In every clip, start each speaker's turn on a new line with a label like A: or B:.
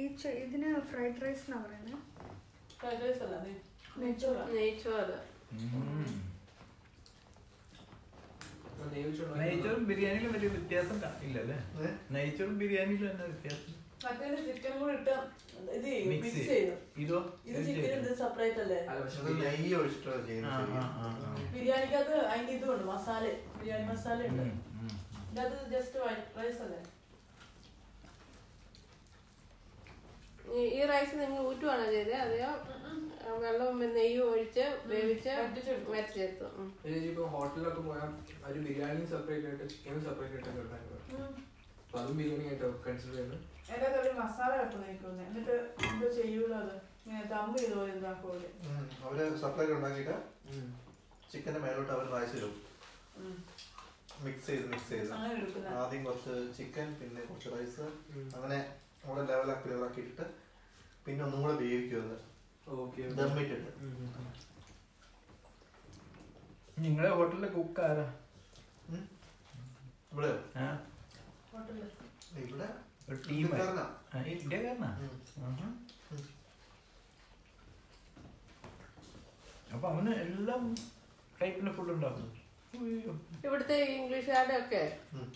A: ഈ ചെ- ഇതിന് ഫ്രൈഡ് റൈസ് എന്നാ പറയുന്നത്
B: ഫ്രൈഡ് റൈസ് അല്ല നെ- നെയ്ച്ചോറാ.
C: നെയ്ച്ചോറ്
D: നെയ്ച്ചോറും ബിരിയാണിയിലും വലിയ വ്യത്യാസം കാ- ഇല്ലല്ലേ
E: ഏ?
D: നെയ്ച്ചോറും ബിരിയാണിയിലും എന്നാ വ്യത്യാസം
B: മറ്റേത് ചിക്കൻ കൂടി ഇട്ട് ഇത് ചെയ്യും,
D: Mix
B: mix
D: ചെയ്യും.
B: ചെയ്യും.
D: ഇതോ
B: ഇത് ചിക്കൻ ഇത് സെപ്പറേറ്റ് അല്ലേ
E: അത് നെയ്യ് ഒഴിച്ചിട്ടാണ് ചെയ്യുന്നത്
D: ആ,
E: ശരിയാ.
D: ആ, ആ, ആ.
B: ബിരിയാണിക്കകത്ത് അതിന്റെ ഇതുണ്ട് മസാല ബിരിയാണി മസാല ഉണ്ട് ഇതത് ജസ്റ്റ് വൈറ്റ് റൈസ് അല്ലേ
C: ഈ- ഈ റൈസ് നിങ്ങൾ ഊറ്റുവാണോ ചെയ്തത് അതെയോ ആ, വെള്ളവും നെയ്യും ഒഴിച്ച് വേവിച്ച്
B: വറ്റിച്ചെടുത്തു.
C: വരച്ചെടുത്തു ഉം.
F: ഇപ്പൊ ഹോട്ടലിലൊക്കെ പോയാൽ ഒരു ബിരിയാണിയും സെപ്പറേറ്റ് ആയിട്ട് ചിക്കനും സെപ്പറേറ്റ് ആയിട്ട് കിട്ടാൻ അപ്പൊ അതും ബിരിയാണി ആയിട്ടോ കൺസിഡർ ചെയ്യുന്നത്
B: എന്റെ കറി മസാല വെപ്പ് നിൽക്കുന്നത് എന്നിട്ട് എന്തോ ചെയ്യൂല അത് ഇങ്ങനെ ദം ചെയ്ത് പോലെ ഇതാക്കൂലെ
E: ഉം. അവര് സെപ്പറേറ്റ് ഉണ്ടാക്കിയിട്ട് ചിക്കന്റെ മേലോട്ട് അവർ റൈസ് ഇടും മിക്സ് ചെയ്ത് മിക്സ് ചെയ്ത്
B: അങ്ങനെ എടുക്കുന്ന
E: ആദ്യം കുറച്ച് ചിക്കൻ പിന്നെ കുറച്ച് റൈസ് അങ്ങനെ നമ്മുടെ ലെവലാക്കി ലെവലാക്കിയിട്ട് പിന്നെ ഒന്നും കൂടെ വേവിക്കുന്നത്
F: ഓക്കെ
E: ദമ്മിട്ടിട്ട്
D: നിങ്ങളെ ഹോട്ടലിലെ കുക്ക് ആരാ
E: ഇവിടെ
D: ആ,
B: ഹോട്ടലിൽ
E: ഇവിടെ
D: ഒരു ടീം
E: ഇന്ത്യക്കാരനാ.
D: ഇന്ത്യക്കാരനാ
E: ഉം.
D: ആഹാ.
E: ഉം.
D: അപ്പൊ അവന് എല്ലാം ടൈപ്പിന്റെ ഫുഡ് ഉണ്ടാക്കും ഉയ്യോ.
C: ഇവിടുത്തെ ഇംഗ്ലീഷുകാരുടെ ഒക്കെ
E: ഉം.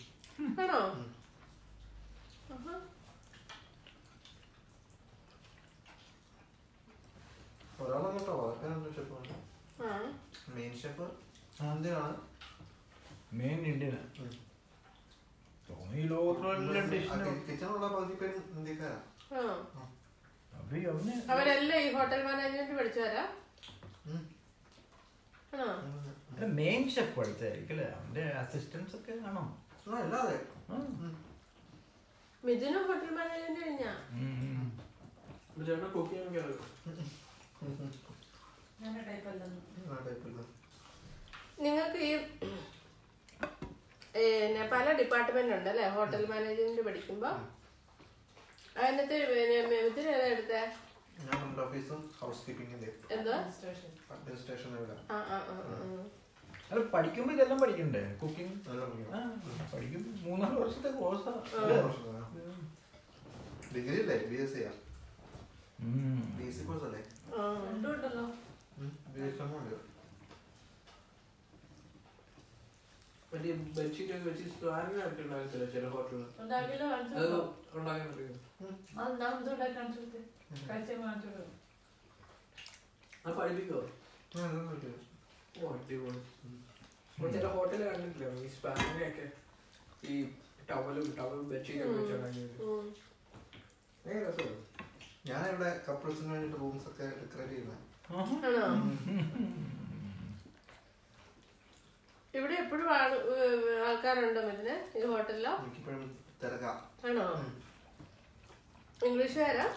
C: ആണോ
E: ഉം.
C: ആഹാ.
E: ഒരാളെ കേട്ടോ വളർത്താനുള്ള ഷെഫാണ്
C: ആ.
E: മെയിൻ ഷെഫ് ഇന്ത്യനാണ്
D: മെയിൻ ഇന്ത്യനാ
E: ഉം.
D: ഈ ലോകത്തിലുള്ള ഡിഷിനും
E: കിച്ചണുള്ള പകുതി പേരും ഇന്ത്യക്കാരാ
C: ആ.
D: അപ്പൊ ഈ അവന്
C: അവരെല്ലാം ഈ ഹോട്ടൽ മാനേജ്മെന്റ് പഠിച്ചു വരാ
E: ഉം.
C: ആണോ
E: ഉം.
D: അല്ല, മെയിൻ ഷെഫ് അടുത്തായിരിക്കും അല്ലേ അവന്റെ അസിസ്റ്റൻസ് ഒക്കെ ആണോ
E: ആ, അല്ലാതെ
D: ആ.
E: ഉം.
C: മിഥുനും ഹോട്ടൽ മാനേജ്മെന്റ് കഴിഞ്ഞാ
D: ഉം, ഉം.
F: ചേട്ടൻ കുക്ക് ചെയ്യാൻ
B: ഞാൻ ടൈപ്പ് അല്ലെന്ന്
E: ആ type ഉള്ള.
C: നിങ്ങൾക്ക് ഈ പിന്നെ പല ഡിപ്പാർട്ട്മെന്റ് ഉണ്ട് അല്ലേ ഹോട്ടൽ മാനേജ്മെന്റ് പഠിക്കുമ്പോ അതിനകത്ത് പിന്നെ മിഥുൻ ഏതാ എടുത്തേ
E: ഞാൻ നമ്മുടെ ഓഫീസും ഹൗസ് കീപ്പിംഗിന്റെ
C: എന്തോ
B: സ്റ്റേഷൻ
E: അഡ്മിനിസ്ട്രേഷൻ ഇവിടെ
C: ആ ആ ആ ആ, ആ.
D: അല്ല പഠിക്കുമ്പോ ഇതെല്ലാം പഠിക്കണ്ടേ കുക്കിംഗ്
E: നല്ല
D: ആ, പഠിക്കുമ്പോ മൂന്നാല് വർഷത്തെ കോഴ്സാ
E: പഠിക്കണം ഡിഗ്രി അല്ലേ ബി എസ് സിയാ ബി എസ് സി കോഴ്സ് അല്ലേ
C: ആ.
B: രണ്ടും ഉണ്ടല്ലോ
E: ബി എസ് എം ഉണ്ട്
F: മറ്റേ ബെഡ്ഷീറ്റ് ഒക്കെ വെച്ച് സ്വാരനെ ആയിട്ട് ഉണ്ടാകത്തില്ല ചില ഹോട്ടലുകൾ
B: ഉണ്ടാക്കിയില്ല കാണിച്ചു
F: അത്
B: കൊടുക്കാം.
F: ഉണ്ടാക്കാൻ പറ്റും
B: അത് ഞാൻ ഇത് ഉണ്ടാക്കി കാണിച്ചു കൊടുത്തേ കഴിച്ചു കാണിച്ചു കൊടുക്കും
F: അത് പഠിപ്പിക്കോ
E: ഞാൻ എല്ലാം പഠിക്കുന്നു.
F: ഓ അടിപൊളി അപ്പൊ ചില ഹോട്ടലിൽ കണ്ടിട്ടില്ല ഈ സ്പാനിനെ ഒക്കെ ഈ ടവലും ടവലും ബെഡ്ഷീറ്റ് ഒക്കെ വെച്ചുണ്ടാക്കിയത്
C: ഉം.
F: ഭയങ്കര രസമാണ്
E: ഞാൻ ഇവിടെ കപ്പിൾസിന് വേണ്ടിട്ട് റൂംസ് ഒക്കെ ഡെക്കറേറ്റ് ചെയ്യുന്നത്
C: ആണോ ഇവിടെ എപ്പോഴും ആള് ഏ, ആൾക്കാരുണ്ടോ ഇതിന് ഈ ഹോട്ടലിലോ
E: എനിക്കിപ്പോഴും തിരക്കാം
C: ആണോ ഇംഗ്ലീഷുകാരാ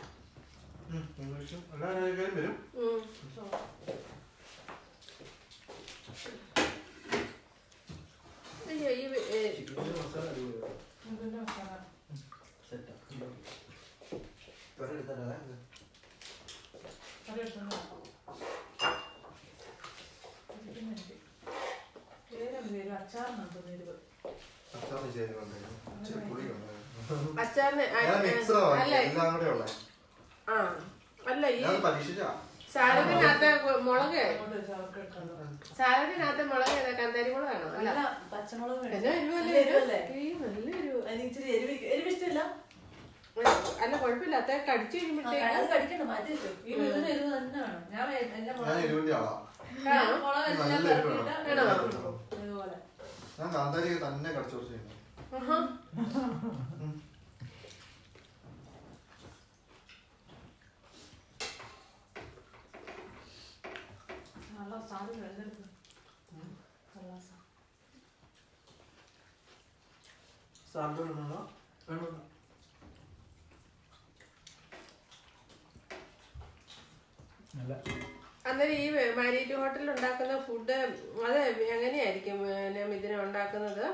E: ഉം, ഇംഗ്ലീഷും എല്ലാ കാര്യക്കാരും വരും
C: ഉം. അയ്യോ ഈ ഏ,
F: ചിക്കൻ മസാല അടിപൊളിയാണ്
B: ഇതിന്റെ മസാല
F: സെറ്റാണ്
B: കറി എടുത്തു പേരെന്ത് പേര് അച്ചാറിനുണ്ടോ പേര്
E: അച്ഛൻ വിചാരിക്കുന്നുണ്ടായിരുന്നു ഇച്ചിരി പുളി ഉണ്ടായിരുന്നു
C: അച്ചാറിന് ആ,
E: ഞാൻ മിക്സറോ
C: അല്ല
E: എല്ലാം കൂടെ ഉള്ളത്
C: ആ അല്ല ഈ
E: ഞാൻ പരീക്ഷിച്ചാ
C: സാലഡിനകത്ത് മുളക്
B: അങ്ങോട്ട് വെച്ചാൽ അവർക്ക് എടുക്കാമല്ലോ
C: സാലഡിനകത്ത് മുളക് ഏതാ കാന്താരി മുളകാണോ അല്ല
B: അല്ല പച്ചമുളക് വേണ്ട.
C: എന്നാ എരിവ് നല്ല
B: നല്ല
C: എരിവല്ലേ
B: എരിവല്ലേ?
C: ഈ നല്ല എരിവ്
B: അതിന് ഇച്ചിരി എരിവ് എരിവ് ഇഷ്ടമില്ല
C: അല്ല കുഴപ്പമില്ല അത്ര കടിച്ചു
B: ആ,
C: കഴിയുമ്പോഴത്തേക്ക്
B: അത് കടിക്കണ്ട മാറ്റി വെച്ചു ഈ മുഴുവൻ എരിവ് തന്നെ വേണം ഞാൻ എ- എന്റെ
E: ഞാൻ
B: മുളക്
E: എരിവിന്റെ ആളാ
B: ഞാൻ മുളക് എല്ലാം
E: നല്ല എരിവ് വേണം.
B: തട്ടിയിട്ട്
C: ആണോ?
B: ഇതുപോലെ
E: ഞാൻ കാന്താരിയൊക്കെ തന്നെ കടിച്ചു കുറച്ച് ചെയ്യുന്നു
C: ആഹാ.
B: നല്ല സാധനം എടുത്തെടുക്കും നല്ല സാധനം
F: സാമ്പിൾ വേണോ വേണോ
D: അല്ല
C: അന്നേരം ഈ മാരിയറ്റ് ഹോട്ടലിൽ ഉണ്ടാക്കുന്ന ഫുഡ് അത് എങ്ങനെയായിരിക്കും പിന്നെ ഇതിനെ ഉണ്ടാക്കുന്നത്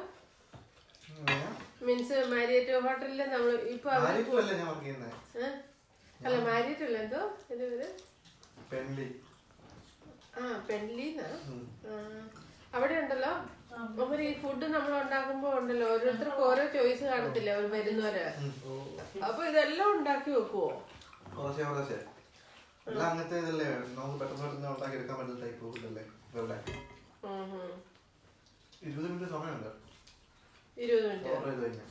C: മീൻസ് മാരിയറ്റ് ഹോട്ടലിൽ നമ്മൾ ഇപ്പൊ അവിടെ-
E: ആരിപ്പൂ അല്ലേ ഞാൻ വർക്ക് ചെയ്യുന്നത്
C: ഏ? അല്ല മാരിയറ്റ് അല്ല എന്തോ ഇത് ഇത്
E: പെൺലി
C: ആ പെൺലീന്നാ ആ. അവിടെ ഉണ്ടല്ലോ
B: ആ
C: അപ്പൊ ഈ ഫുഡ് നമ്മൾ ഉണ്ടാക്കുമ്പോ ഉണ്ടല്ലോ ഓരോരുത്തർക്ക് ഓരോ ചോയ്സ് കാണത്തില്ല അവർ വരുന്നവര് അപ്പൊ ഇതെല്ലാം ഉണ്ടാക്കി വെക്കുവോ
E: കുറച്ചേ കുറച്ചേ എല്ലാം അങ്ങനത്തെ ഇതല്ലേ നമുക്ക് പെട്ടെന്ന് പെട്ടെന്ന് ഉണ്ടാക്കി എടുക്കാൻ പറ്റുന്ന ടൈപ്പ് ഇതല്ലേ ഇവിടെ
C: ഉം ഉം.
E: ഇരുപത് മിനിറ്റ് സമയമുണ്ട്
C: ഇരുപത് മിനിറ്റ്
E: ഓർഡർ ചെയ്ത് കഴിഞ്ഞാൽ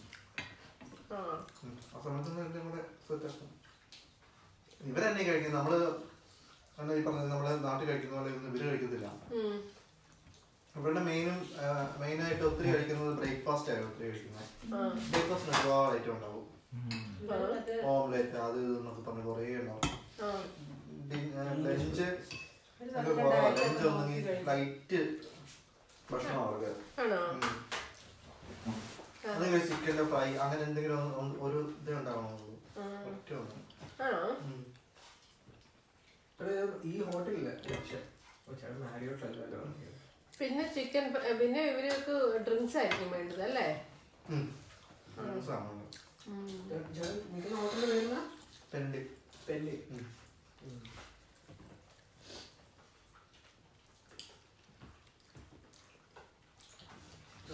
C: ആ
E: ഉം. ആ സമയത്തൊന്നും എല്ലാം കൂടെ സെറ്റാക്കും ഇവരെന്നെ കഴിക്കുന്നത് നമ്മള് എന്നാ ഈ പറഞ്ഞത് നമ്മുടെ നാട്ടിൽ കഴിക്കുന്ന പോലെ ഒന്നും ഇവര് കഴിക്കത്തില്ല
C: ഉം.
E: ഇവരുടെ മെയിനും മെയിനായിട്ട് ഒത്തിരി കഴിക്കുന്നത് ബ്രേക്ക്ഫാസ്റ്റ് ആയി ഒത്തിരി കഴിക്കുന്നത്
C: ആ.
E: ബ്രേക്ക്ഫാസ്റ്റിന് ഒരുപാട് ഐറ്റം ഉണ്ടാവും
B: മറ്റേ
E: ഓംലെറ്റ് അത് ഇത് എന്നൊക്കെ പറഞ്ഞ് കുറേ ഉണ്ടാവും
C: ആ.
E: ലഞ്ച്
B: ഒരു
E: ഒക്കെ
B: നല്ല
E: കുറവാണ്
B: diet
E: ലഞ്ച്
B: ഒക്കെ നോക്കി
E: ഒന്നെങ്കിൽ
B: കഴിക്കും.
E: ലൈറ്റ് ഭക്ഷണം അവർക്ക്
C: ആണോ
E: ഉം. അല്ലെങ്കിൽ ചിക്കൻ്റെ ഫ്രൈ അങ്ങനെ എന്തെങ്കിലും ഒന്ന് ഒന്ന് ഒരു ഇത് ഉണ്ടാവണമെന്നുള്ളൂ
C: ആ.
E: ഒറ്റ ഒന്ന്
C: ആണോ
E: ഉം.
G: ഈ ഹോട്ടലില്ല ചേട്ടൻ മാരിയോട്ടല്ലോ
C: പിന്നെ ചിക്കൻ പിന്നെ ഇവർക്ക് ഡ്രിങ്ക്സ് ആയിരിക്കും വേണ്ടത് അല്ലേ
E: ഉം. അങ്ങനെ സാധനമുണ്ട്
C: ഉം.
G: ചേട്ടൻ നിൽക്കുന്ന ഹോട്ടലിൽ വരുന്ന
E: പെൻഡ്
G: പെല്ല്
E: ഉം.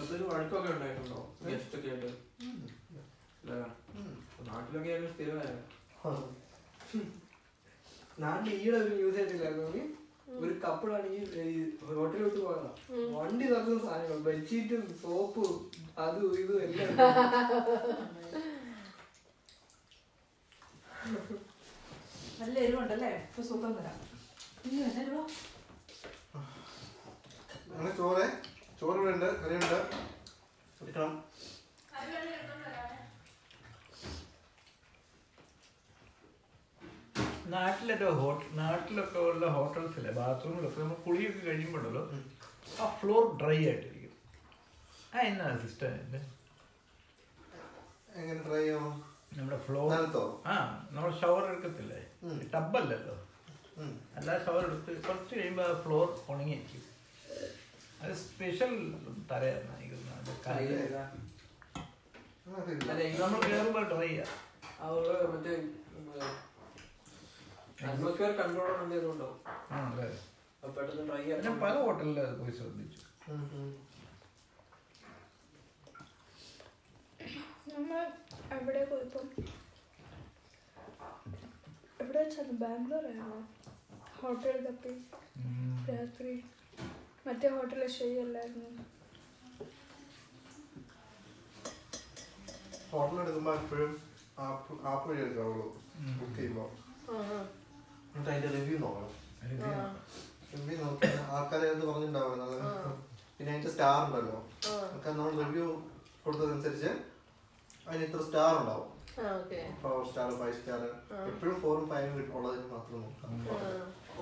G: അതൊരു വഴക്കൊക്കെ ഉണ്ടായിട്ടുണ്ടോ ഗസ്റ്റ് ഒക്കെ ആയിട്ട് ഇല്ല.
E: ഉം.
G: നാട്ടിലൊക്കെ ആയിട്ട് സ്ഥിരമായിരുന്നു നാട്ടിൽ ഈയിടെ ഒരു ന്യൂസ് ആയിട്ടില്ലായിരുന്നു ഒരു couple ആണെങ്കിൽ ഈ ഹോട്ടലിൽ വിട്ട് പോകണം വണ്ടി തറക്കുന്ന സാധനങ്ങൾ ബെഡ്ഷീറ്റും സോപ്പും അതും ഇതും എല്ലാം
B: നല്ല എരിവുണ്ടല്ലേ ഇപ്പൊ സുഖം വരാം ഇനി എന്നാ എരിവാ?
E: അങ്ങനെ ചോറ് ചോറ് ഇവിടെ ഉണ്ട് കറിയുണ്ട് എടുക്കണം
H: നാട്ടിലൊക്കെ ഹോട്ടൽ നാട്ടിലൊക്കെ ഉള്ള ഹോട്ടൽസിലെ ബാത്റൂമിലൊക്കെ നമ്മൾ കുളിയൊക്കെ കഴിയുമ്പോഴല്ലോ ആ ഫ്ലോർ ഡ്രൈ ആയിട്ടിരിക്കും ആ എന്നാ സിസ്റ്റം എൻ്റെ
E: എങ്ങനെ ട്രൈ ചെയ്യാമോ
H: നമ്മുടെ ഫ്ലോർ
E: നിലത്തോ?
H: ആ നമ്മൾ ഷവർ എടുക്കത്തില്ലേ
E: ഉം.
H: ടബല്ലല്ലോ
E: ഉം.
H: അല്ല ഷവർ എടുത്ത് കുറച്ച് കഴിയുമ്പോൾ ആ ഫ്ലോർ ഉണങ്ങിയിരിക്കും അത് സ്പെഷ്യൽ തരയായിരുന്നു എനിക്ക് തോന്നുന്നത്. അത് കാലിൽ.
E: അങ്ങനെ അറിയില്ല.
G: അല്ല ഈ
H: നമ്മൾ കയറുമ്പോൾ ഡ്രൈ ആ
G: അവള് മറ്റേ അറ്റ്മോസ്ഫിയർ കൺട്രോൾ എന്തെങ്കിലും
H: ആ, അതെ
G: അപ്പൊ പെട്ടെന്ന് ട്രൈ
H: ഞാൻ പല ഹോട്ടലിൽ അത് പോയി ശ്രദ്ധിച്ചു
E: ഉം, ഉം.
F: നമ്മൾ എവിടെ പോയപ്പം എവിടെ വെച്ചാണ് ബാംഗ്ലൂർ ആയിരുന്നു ഹോട്ടൽ തപ്പി
H: ഉം.
F: രാത്രി മറ്റേ ഹോട്ടലിൽ ശരിയല്ലായിരുന്നു
E: ഹോട്ടൽ എടുക്കുമ്പോൾ എപ്പോഴും ആപ്പ് ആപ്പ് വഴി എടുക്കാവുള്ളൂ ബുക്ക് ചെയ്യുമ്പോൾ
C: ആഹാ.
E: എന്നിട്ട് അതിന്റെ റിവ്യൂ നോക്കണം
H: ഒരു
C: ആ.
E: റിവ്യൂ നോക്കി ആൾക്കാരെ എന്ത് പറഞ്ഞിട്ടുണ്ടാവുന്നത്
C: ആ.
E: പിന്നെ അതിന്റെ സ്റ്റാർ ഉണ്ടല്ലോ
C: ആ.
E: ഒക്കെ നമ്മൾ റിവ്യൂ കൊടുത്തതനുസരിച്ച് അതിന് ഇത്ര സ്റ്റാർ ഉണ്ടാവും
C: ആ, okay.
E: Four star five star
C: ആ.
E: എപ്പോഴും ഫോറും ഫൈവും കിട്ടുള്ളതിന് മാത്രം നോക്കാം
C: ആ.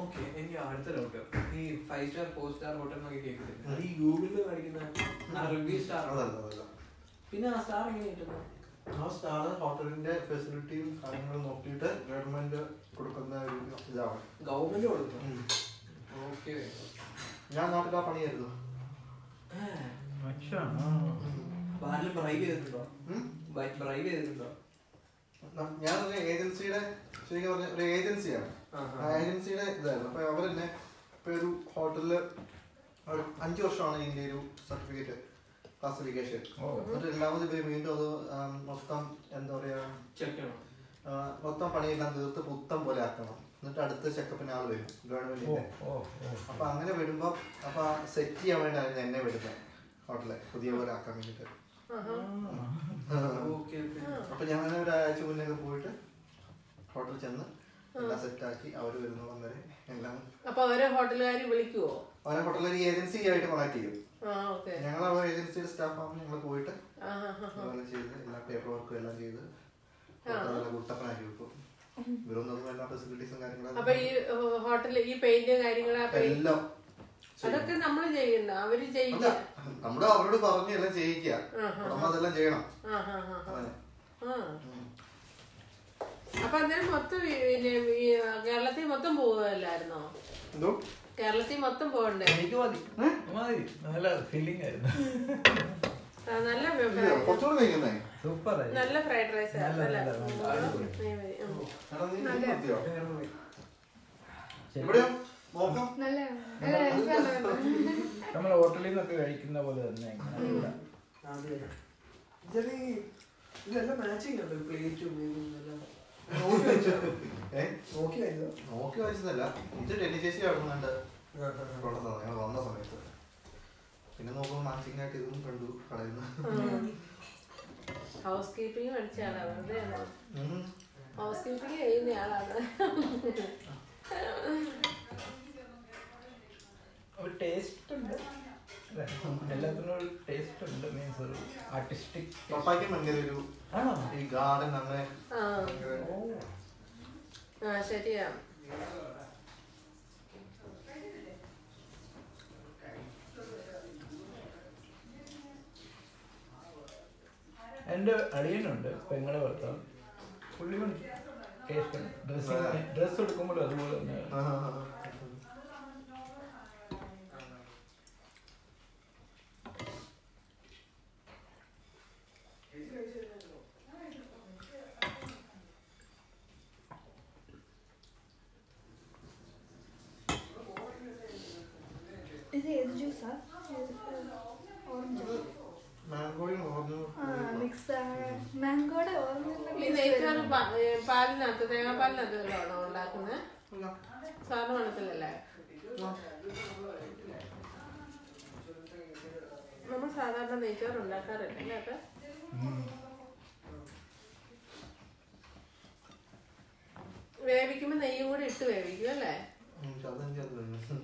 G: ഓക്കെ എനിക്ക് അടുത്ത ഡൗട്ട് ഈ five star four star hotel എന്നൊക്കെ കേൾക്കുന്നില്ല അത് ഈ ഗൂഗിളിൽ കാണിക്കുന്ന ആ റിവ്യൂ സ്റ്റാർ
E: അതല്ല അതല്ല
G: പിന്നെ ആ സ്റ്റാർ എങ്ങനെ കിട്ടുന്നു
E: ആ സ്റ്റാർ ഹോട്ടലിന്റെ ഫെസിലിറ്റിയും കാര്യങ്ങളും നോക്കിയിട്ട് ഗവൺമെന്റ് കൊടുക്കുന്ന ഒരു ഇതാണ്
G: ഗവൺമെന്റ് കൊടുക്കുന്നു ഓക്കെ
E: ഞാൻ നാട്ടിലാ പണിയായിരുന്നു
H: മനുഷ്യനാണ്.
G: ബാറിൽ ബ്രൈവ് ചെയ്തിട്ടുണ്ടോ
E: ഉം?
G: ബ്രൈവ് ചെയ്തിട്ടുണ്ടോ
E: നം- ഞാനൊരു ഏജൻസിയുടെ ശരിക്കും പറഞ്ഞ ഒരു ഏജൻസിയാണ്
G: ആഹാ.
E: ആ ഏജൻസിയുടെ ഇതായിരുന്നു അപ്പൊ അവരെന്നെ ഇപ്പൊ ഒരു ഹോട്ടലില് ഒരു അഞ്ച് വർഷമാണ് ഇതിന്റെ ഒരു സർട്ടിഫിക്കറ്റ് ക്ലാസിഫിക്കേഷൻ
H: ഓ.
E: എന്നിട്ട് രണ്ടാമത് പോയി വീണ്ടും അത് ആ, മൊത്തം എന്താ പറയാ
G: ചെക്ക് ചെയ്യണം
E: ആ, മൊത്തം പണിയെല്ലാം തീർത്ത് പുത്തം പോലെ ആക്കണം എന്നിട്ട് അടുത്ത ചെക്കപ്പിന് ആൾ വരും
H: ഓ
E: ഗവൺമെന്റിന്റെ
H: ഓ ഓ
E: അപ്പൊ അങ്ങനെ വിടുമ്പോ അപ്പൊ സെറ്റ് ചെയ്യാൻ വേണ്ടിയായിരുന്നു എന്നെ വിടുന്നത് ഹോട്ടലെ പുതിയ പോലെ ആക്കാൻ വേണ്ടിട്ട്
C: ആഹാ.
G: ഓക്കെ ഓക്കെ
E: അപ്പൊ ഞാൻ ഒരാഴ്ച മുന്നേ ഒക്കെ പോയിട്ട് ഹോട്ടലിൽ ചെന്ന് എല്ലാം സെറ്റാക്കി അവര് വരുന്നോളം വരെ എല്ലാം
C: അപ്പൊ അവരെ ഹോട്ടലുകാര് വിളിക്കുവോ
E: അവരെ ഹോട്ടലിൽ ഒരു ഏജൻസി ആയിട്ട് കോൺടാക്ട് ചെയ്യും
C: ആ ഓക്കെ
E: ഞങ്ങൾ ആ ഏജൻസിയുടെ സ്റ്റാഫ് ആകുമ്പോൾ ഞങ്ങൾ പോയിട്ട്
C: ആഹാ, ആഹാ.
E: അതുപോലെ ചെയ്ത് എല്ലാ പേപ്പർ വർക്കും എല്ലാം ചെയ്ത് ഹോട്ടലിലെ കുട്ടപ്പനാക്കി വെക്കും വരുന്നതും എല്ലാ ഫെസിലിറ്റീസും
C: അപ്പൊ
E: കാര്യങ്ങളും
C: ഈ ഹോട്ടലിൽ ഈ പെയിന്റ് കാര്യങ്ങൾ ആ പെയിന്റ്
E: എല്ലാം
C: അതൊക്കെ നമ്മൾ ചെയ്യണ്ട അവര് ചെയ്യില്ല
E: അല്ല, നമ്മുടെ അവരോട് പറഞ്ഞ് എല്ലാം ചെയ്യിക്കുക നമ്മൾ അതെല്ലാം ചെയ്യണം
C: ആ ഹാ ഹാ
E: അങ്ങനെ
C: ആ
E: ഉം.
C: അപ്പൊ അന്നേരം മൊത്തം ഈ- പിന്നെ ഈ കേരളത്തിൽ മൊത്തം പോവുകയല്ലായിരുന്നോ
E: എന്തോ
C: കേരളത്തിൽ മൊത്തം പോകണ്ടേ
H: എനിക്ക് മതി മതി നല്ല ഫീലിംഗ് ആയിരുന്നു
C: ആ, നല്ല
E: ഇല്ല, കുറച്ചുകൂടെ കഴിക്കുന്നേ
H: സൂപ്പർ ആയിരുന്നു
C: നല്ല ഫ്രൈഡ് റൈസ്
H: നല്ല,
C: ആയിരുന്നു
H: നല്ല, നല്ല.
C: അല്ലേ ഉം.
E: എടാ, നീ
F: അതെ.
E: നിർത്തിയോ?
G: കേരളത്തിൽ
E: ഇവിടെയോ നോക്കാം
F: നല്ലതാണ്
H: നമ്മൾ ഹോട്ടലിൽ നിന്നൊക്കെ കഴിക്കുന്ന പോലെ തന്നെ ഇങ്ങനെ ഇവിടെ.
G: ആദ്യം. ഇതെല്ലാം ഈ- ഇതെല്ലാം മാച്ചിങ് ഉണ്ട് പ്ലേറ്റും ഇതും എല്ലാം നോക്കി വെച്ചോ
E: ഏഹ്
G: നോക്കി വരുന്നോ
E: നോക്കി വായിച്ചതല്ല ഇത് ഡെല്ലി ചേച്ചി കാണുന്നുണ്ട് കൊണ്ടുവന്നത് ഞങ്ങൾ വന്ന സമയത്ത് പിന്നെ നോക്കുമ്പോൾ മാച്ചിങ് ആയിട്ട് ഇതും കണ്ടു കളയുന്നു
C: ഹൗസ് കീപ്പിംഗ് പഠിച്ച ആളാ വെറുതെ
E: ഉം.
C: ഹൗസ് കീപ്പിംഗ് ചെയ്യുന്ന ആളാണ്
H: ഒരു ടേസ്റ്റ് ഉണ്ട് അല്ലേ? എല്ലാത്തിനും ഒരു ടേസ്റ്റ് ഉണ്ട് മീൻസ് ഒരു ആർട്ടിസ്റ്റിക്
E: പപ്പായ്ക്ക് ഭയങ്കര ഒരു
H: ആണോ
E: ഈ ഗാർഡൻ അങ്ങനെ
C: ആ
E: ഭയങ്കര
H: ഓ
C: ആ ശരിയാ
H: എൻ്റെ അളിയനുണ്ട് പെങ്ങളെ ഭർത്താവ് പുള്ളി ടേസ്റ്റ് ഉണ്ട് ഡ്രസ്സ് ഡ്രസ്സ് എടുക്കുമ്പോൾ അതുപോലെ തന്നെ
E: ആ, ആ, ആ.
F: ഇത് ഏത് ജ്യൂസാ ഓറഞ്ച്
E: മാംഗോയും ഓർമ്മ
F: ആ മിക്സ് മാംഗോടെ
C: ഈ നെയ്ച്ചോറ്
F: ഓറഞ്ച്
C: പ- ഏ, പാലിനകത്ത് തേങ്ങാപ്പാലിനകത്ത് വെള്ളമാണോ ഉണ്ടാക്കുന്നത് സാധാരണ വെള്ളത്തിലല്ലേ നമ്മൾ സാധാരണ നെയ്ച്ചോറ് ഉണ്ടാക്കാറില്ല അല്ലേ അത്? വേവിക്കുമ്പോ നെയ്യും കൂടി ഇട്ട് വേവിക്കും അല്ലേ
E: അതെനിക്ക് അത് വരുന്നു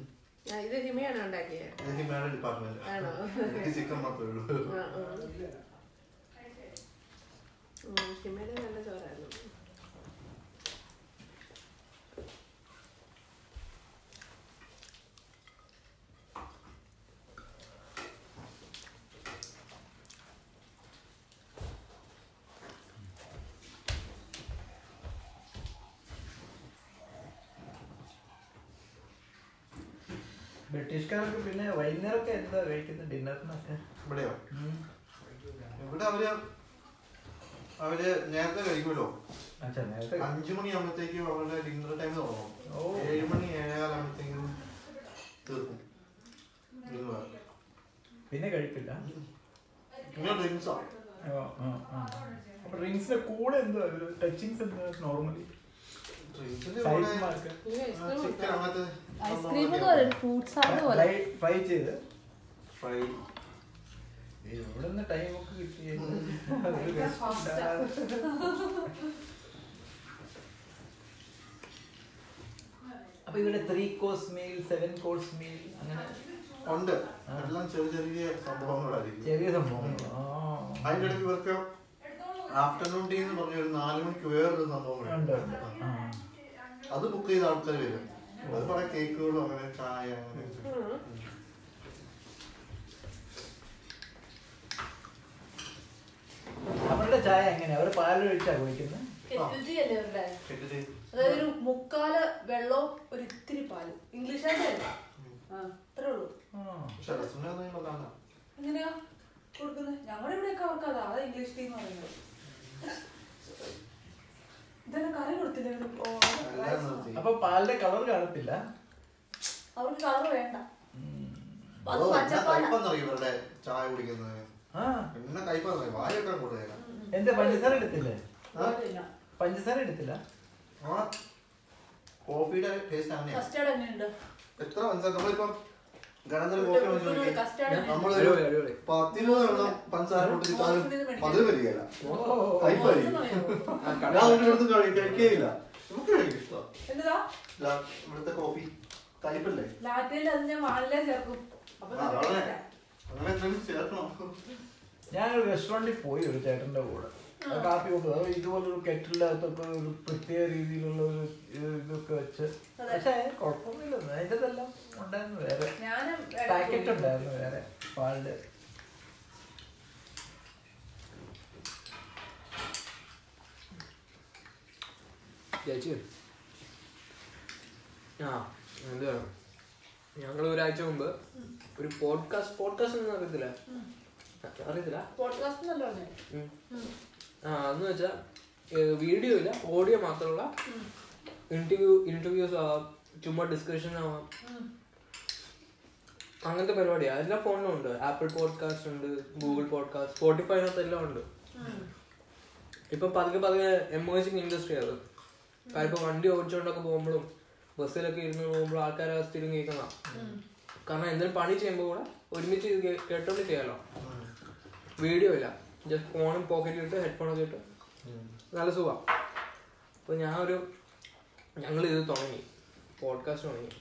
C: ആ, ഇത് ഹിമയാണ് ഉണ്ടാക്കിയത്
E: എനിക്ക് മേഡം ഡിപ്പാർട്ട്മെന്റ്
C: ആണോ
E: എനിക്ക് ചിക്കൻ മാത്രമേ ഉള്ളൂ
C: ആ, ആ. ഉം, ഹിമയുടെ നല്ല ചോറായിരുന്നു
H: ബ്രിട്ടീഷുകാർക്ക് പിന്നെ വൈകുന്നേരമൊക്കെ എന്താ കഴിക്കുന്നത് ഡിന്നറിനൊക്കെ
E: ഇവിടെയോ ഇവിടെ അവര് അവര് നേരത്തെ കഴിക്കുമല്ലോ
H: അച്ഛാ നേരത്തെ
E: അഞ്ചു മണിയാകുമ്പോഴത്തേക്കും അവരുടെ ഡിന്നർ ടൈം തുടങ്ങും
H: ഓ.
E: ഏഴ് മണി ഏഴേകാലാകുമ്പോഴത്തേക്കും തീർക്കും ഇരുന്നൂറ്.
H: പിന്നെ കഴിക്കില്ല
E: പിന്നെ ഡ്രിങ്ക്സോ
H: ഓ, ആ, ആ. അപ്പൊ ഡ്രിങ്ക്സിന്റെ കൂടെ എന്താ ഒരു ടച്ചിങ്സ് എന്താ നോർമലി
E: ഡ്രിങ്ക്സിന്റെ കൂടെ
H: സൈഡ് മാർക്ക്
C: ഇത് ഐസ്ക്രീം
E: ചിക്കൻ
C: ഉണ്ടോ?
E: അങ്ങനത്തെ
F: ഐസ്ക്രീം എന്ന് പറയും ഫ്രൂട്ട് സാലഡ് പോലെ
H: ഫ്രൈ ചെയ്ത്
E: ഫ്രൈ
H: എവിടെ നിന്ന് ടൈം ഒക്കെ കിട്ടിയത് ഒരു
C: ഭയങ്കര
H: rest
C: fast ആ.
H: ഉണ്ടാകാതെ. അപ്പൊ ഇവിടെ three course meal seven course meal അങ്ങനെ
E: ഉണ്ട് എല്ലാം ചെറിയ ചെറിയ സംഭവങ്ങളായിരിക്കും
H: ചെറിയ സംഭവം
E: അതിന്റെ ഇടയ്ക്ക് ഇവർക്ക് ആഫ്റ്റർനൂൺ ടീ എന്ന് പറഞ്ഞ ഒരു നാല് മണിക്ക് വേറൊരു സംഭവങ്ങളുണ്ട് അത് ബുക്ക് ചെയ്ത ആൾക്കാർ വരും അത് കുറെ കേക്കുകളും അങ്ങനെ ചായ അങ്ങനെ
C: ഉം.
H: അവരുടെ ചായ എങ്ങനെയാ അവര് പാലൊഴിച്ചാ കുടിക്കുന്നത്
B: കെറ്റിൽറ്റിയല്ലേ അവരുടെ
E: കെട്ടിട്ട്
B: അതായത് ഒരു മുക്കാല് വെള്ളവും ഒരു ഇത്തിരി പാലും ഇംഗ്ലീഷായിട്ടല്ല ആ അത്രേ ഉള്ളൂ
H: ആ
E: പക്ഷെ റെസ്റ്റോറൻറ്റ് പറഞ്ഞാൽ
B: എങ്ങനെയാ കൊടുക്കുന്നത് ഞങ്ങളുടെ ഇവിടെയൊക്കെ അവർക്ക് അതാ അതാ ഇംഗ്ലീഷ് ടീ എന്ന് പറയുന്നത് ഇതന്നെ കറി കൊടുത്തില്ല ഇവര് ഓ,
E: എല്ലാം നിർത്തി
H: അപ്പൊ പാലിന്റെ കളർ കാണത്തില്ല
B: അവർക്ക് കളർ വേണ്ട അത്
E: അതോ എന്നാ
B: പച്ചപ്പാല
E: കയ്പാന്നറിയോ ഇവരുടെ ചായ കുടിക്കുന്നത്
H: ആ
E: എന്നാ കയ്പാന്നറിയോ വായൊക്കെ കൂടുതലാണ്
H: എന്താ പഞ്ചസാര എടുത്തില്ലേ
B: ഇല്ല.
H: പഞ്ചസാര എടുത്തില്ല
E: ആ കോഫിയുടെ ടേസ്റ്റ് അങ്ങനെയാണ്
B: കസ്റ്റാർഡ് എങ്ങനെയുണ്ട്
E: എത്ര പഞ്ചസാര നമ്മളിപ്പം ഗണത്തിൽ കോഫി വാങ്ങിച്ചു നോക്കി
B: കസ്റ്റാർഡ്
E: നമ്മളൊരു പത്തിരുപത് വെള്ളം പഞ്ചസാര കൊടുത്തിട്ടാലും പതിവ് വരികയില്ല
H: ഓ
E: കയ്പ് വരിക ഞാൻ അതിന്റെ അടുത്ത് കഴി- കഴിക്കുകയില്ല നമുക്ക് കഴിക്കും ഇഷ്ടം
B: എന്താ
E: ഇവിടുത്തെ കോഫി കയ്പല്ലേ
B: ലാറ്റിൽ അത് ഞാൻ വാനിലേ ചേർക്കും അപ്പൊ
E: ആ,
B: നല്ല
E: വളരെ.
B: taste ആ.
E: അങ്ങനെ എന്തെങ്കിലും ചേർക്കണം
H: ഞാനൊരു റെസ്റ്റോറൻറ്റിൽ പോയി ഒരു ചേട്ടന്റെ കൂടെ അത് കാപ്പി കൊണ്ടു അത് ഇതുപോലൊരു കെറ്റിലകത്തൊക്കെ ഒരു പ്രത്യേക രീതിയിലുള്ള ഒരു ഇത് ഇതൊക്കെ വെച്ച് പക്ഷെ കുഴപ്പമൊന്നുമില്ല അതിൻ്റെ ഇതെല്ലാം ഉണ്ടായിരുന്നു വേറെ
B: ഞാനും
H: പാക്കറ്റ് ഉണ്ടായിരുന്നു വേറെ പാലിന്റെ
G: ചേച്ചി ആ എന്താണ് ഞങ്ങൾ ഒരാഴ്ച മുമ്പ് ഒരു പോഡ്കാസ്റ്റ് പോഡ്കാസ്റ്റ് ഒന്നും അറിയത്തില്ല അറിയത്തില്ല
B: പോഡ്കാസ്റ്റ് നല്ലോണം
G: ഉം. ആ എന്ന് വെച്ചാൽ വീഡിയോ ഇല്ല ഓഡിയോ മാത്രമുള്ള ഇന്റർവ്യൂ ഇന്റർവ്യൂസ് ആവാം ചുമ്മാ ഡിസ്കഷൻ ആവാം
D: അങ്ങനത്തെ പരിപാടിയാ എല്ലാ ഫോണിലും ഉണ്ട് ആപ്പിൾ പോഡ്കാസ്റ്റ് ഉണ്ട് ഗൂഗിൾ പോഡ്കാസ്റ്റ് സ്പോട്ടിഫൈനകത്ത് എല്ലാം ഉണ്ട് ഇപ്പൊ പതുക്കെ പതുക്കെ എമേജിങ് ഇൻഡസ്ട്രി അത് കാരണം ഇപ്പൊ വണ്ടി ഓടിച്ചുകൊണ്ടൊക്കെ പോകുമ്പോഴും ബസ്സിലൊക്കെ ഇരുന്ന് പോകുമ്പോഴും ആൾക്കാരെ സ്ഥിരം കേൾക്കണം കാരണം എന്തെങ്കിലും പണി ചെയ്യുമ്പോൾ കൂടെ ഒരുമിച്ച് ഇത് കേ- കേട്ടോണ്ട് ചെയ്യാലോ വീഡിയോ ഇല്ല ജസ്റ്റ് ഫോണും പോക്കറ്റിൽ ഇട്ട് ഹെഡ്ഫോണൊക്കെ ഇട്ട് നല്ല സുഖം അപ്പോൾ ഞാൻ ഒരു ഞങ്ങൾ ഇത് തുടങ്ങി പോഡ്കാസ്റ്റ് തുടങ്ങി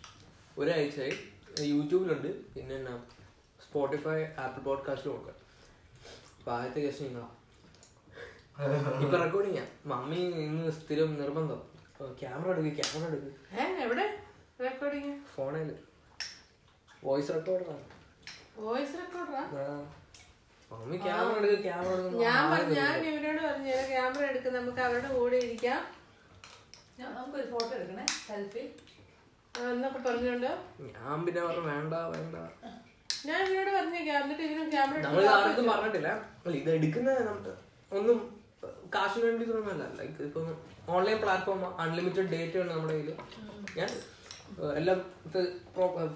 D: ഒരാഴ്ചയായി ഇത് യൂട്യൂബിലുണ്ട് പിന്നെ എന്നാ സ്പോട്ടിഫൈ ആപ്പിൾ പോഡ്കാസ്റ്റിലും ഉണ്ട് അപ്പോൾ ആദ്യത്തെ ഗസ്റ്റ് നിങ്ങളാണ് ഇപ്പൊ റെക്കോർഡിങ് ഞാൻ മമ്മി ഇന്ന് സ്ഥിരം നിർബന്ധം ക്യാമറ എടുക്കുക ക്യാമറ എടുക്കുക
C: ഏ എവിടെ റെക്കോർഡിങ്
D: ഫോണിൽ വോയിസ് റെക്കോർഡറാണ്
C: വോയിസ് റെക്കോർഡറാ
D: മമ്മി ക്യാമറ എടുക്കുക ക്യാമറ
C: ഞാൻ പറഞ്ഞു ഞാൻ ഇവരോട് പറഞ്ഞു ക്യാമറ എടുക്കുന്ന നമുക്ക് അവരുടെ കൂടെ ഇരിക്കാം
B: ഞാൻ- നമുക്കൊരു ഫോട്ടോ എടുക്കണേ സെൽഫി
C: ആ, എന്നൊക്കെ പറഞ്ഞുകൊണ്ട്
D: ഞാൻ പിന്നെ പറഞ്ഞു വേണ്ട വേണ്ട
C: ഞാൻ ഇവരോട് പറഞ്ഞു എന്നിട്ട് ഇവരും ക്യാമറ
D: നമ്മൾ ആർക്കും പറഞ്ഞിട്ടില്ല അല്ല ഇത് എടുക്കുന്നത് നമുക്ക് ഒന്നും ഏഹ്, കാശിന് വേണ്ടിയിട്ടൊന്നുമല്ല ലൈക്ക് ഇപ്പം ഓൺലൈൻ പ്ലാറ്റ്ഫോം അൺലിമിറ്റഡ് ഡേറ്റ ഉണ്ട് നമ്മുടെ കയ്യിൽ ഞാൻ ഏഹ്, എല്ലാം